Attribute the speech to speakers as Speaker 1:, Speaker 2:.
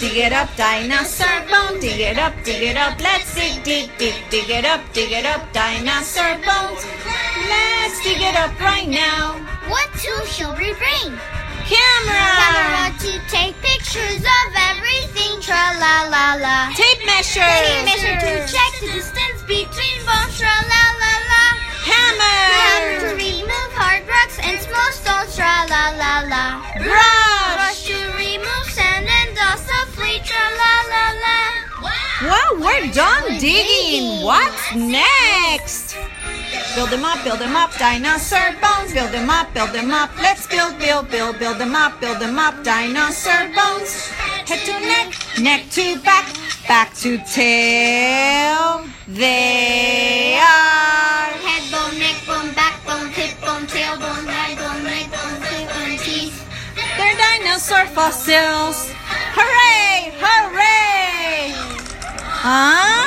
Speaker 1: dig it up, dinosaur bone. Dig it up, dig it up. Let's dig, dig, dig, dig it up, dig it up, dinosaur bones. Let's dig it up right now.
Speaker 2: What tool shall we bring?
Speaker 1: Camera,
Speaker 2: Camera to take pictures of everything. Tra la la la.
Speaker 1: tape measure,
Speaker 2: Tape measure to check the distance between bones. Tra la la la.
Speaker 1: Ah.
Speaker 2: Hammer to
Speaker 1: hammer,
Speaker 2: remove hard rocks and small stones. Tra la la la. Brush
Speaker 1: brush.
Speaker 2: to remove sand and dust softly. Tra la la la.
Speaker 1: Well, we're done digging. What's next? Build them up, build them up, dinosaur bones. Build them up, build them up. Let's build, build, build, build them up, build them up, dinosaur bones. Head to neck, neck to back, back to tail. They are.
Speaker 2: Head bone, neck bone, backbone, hip bone, tail bone, thigh bone, leg bone, foot bone, teeth.
Speaker 1: They're dinosaur fossils. Hooray! Hooray! Huh?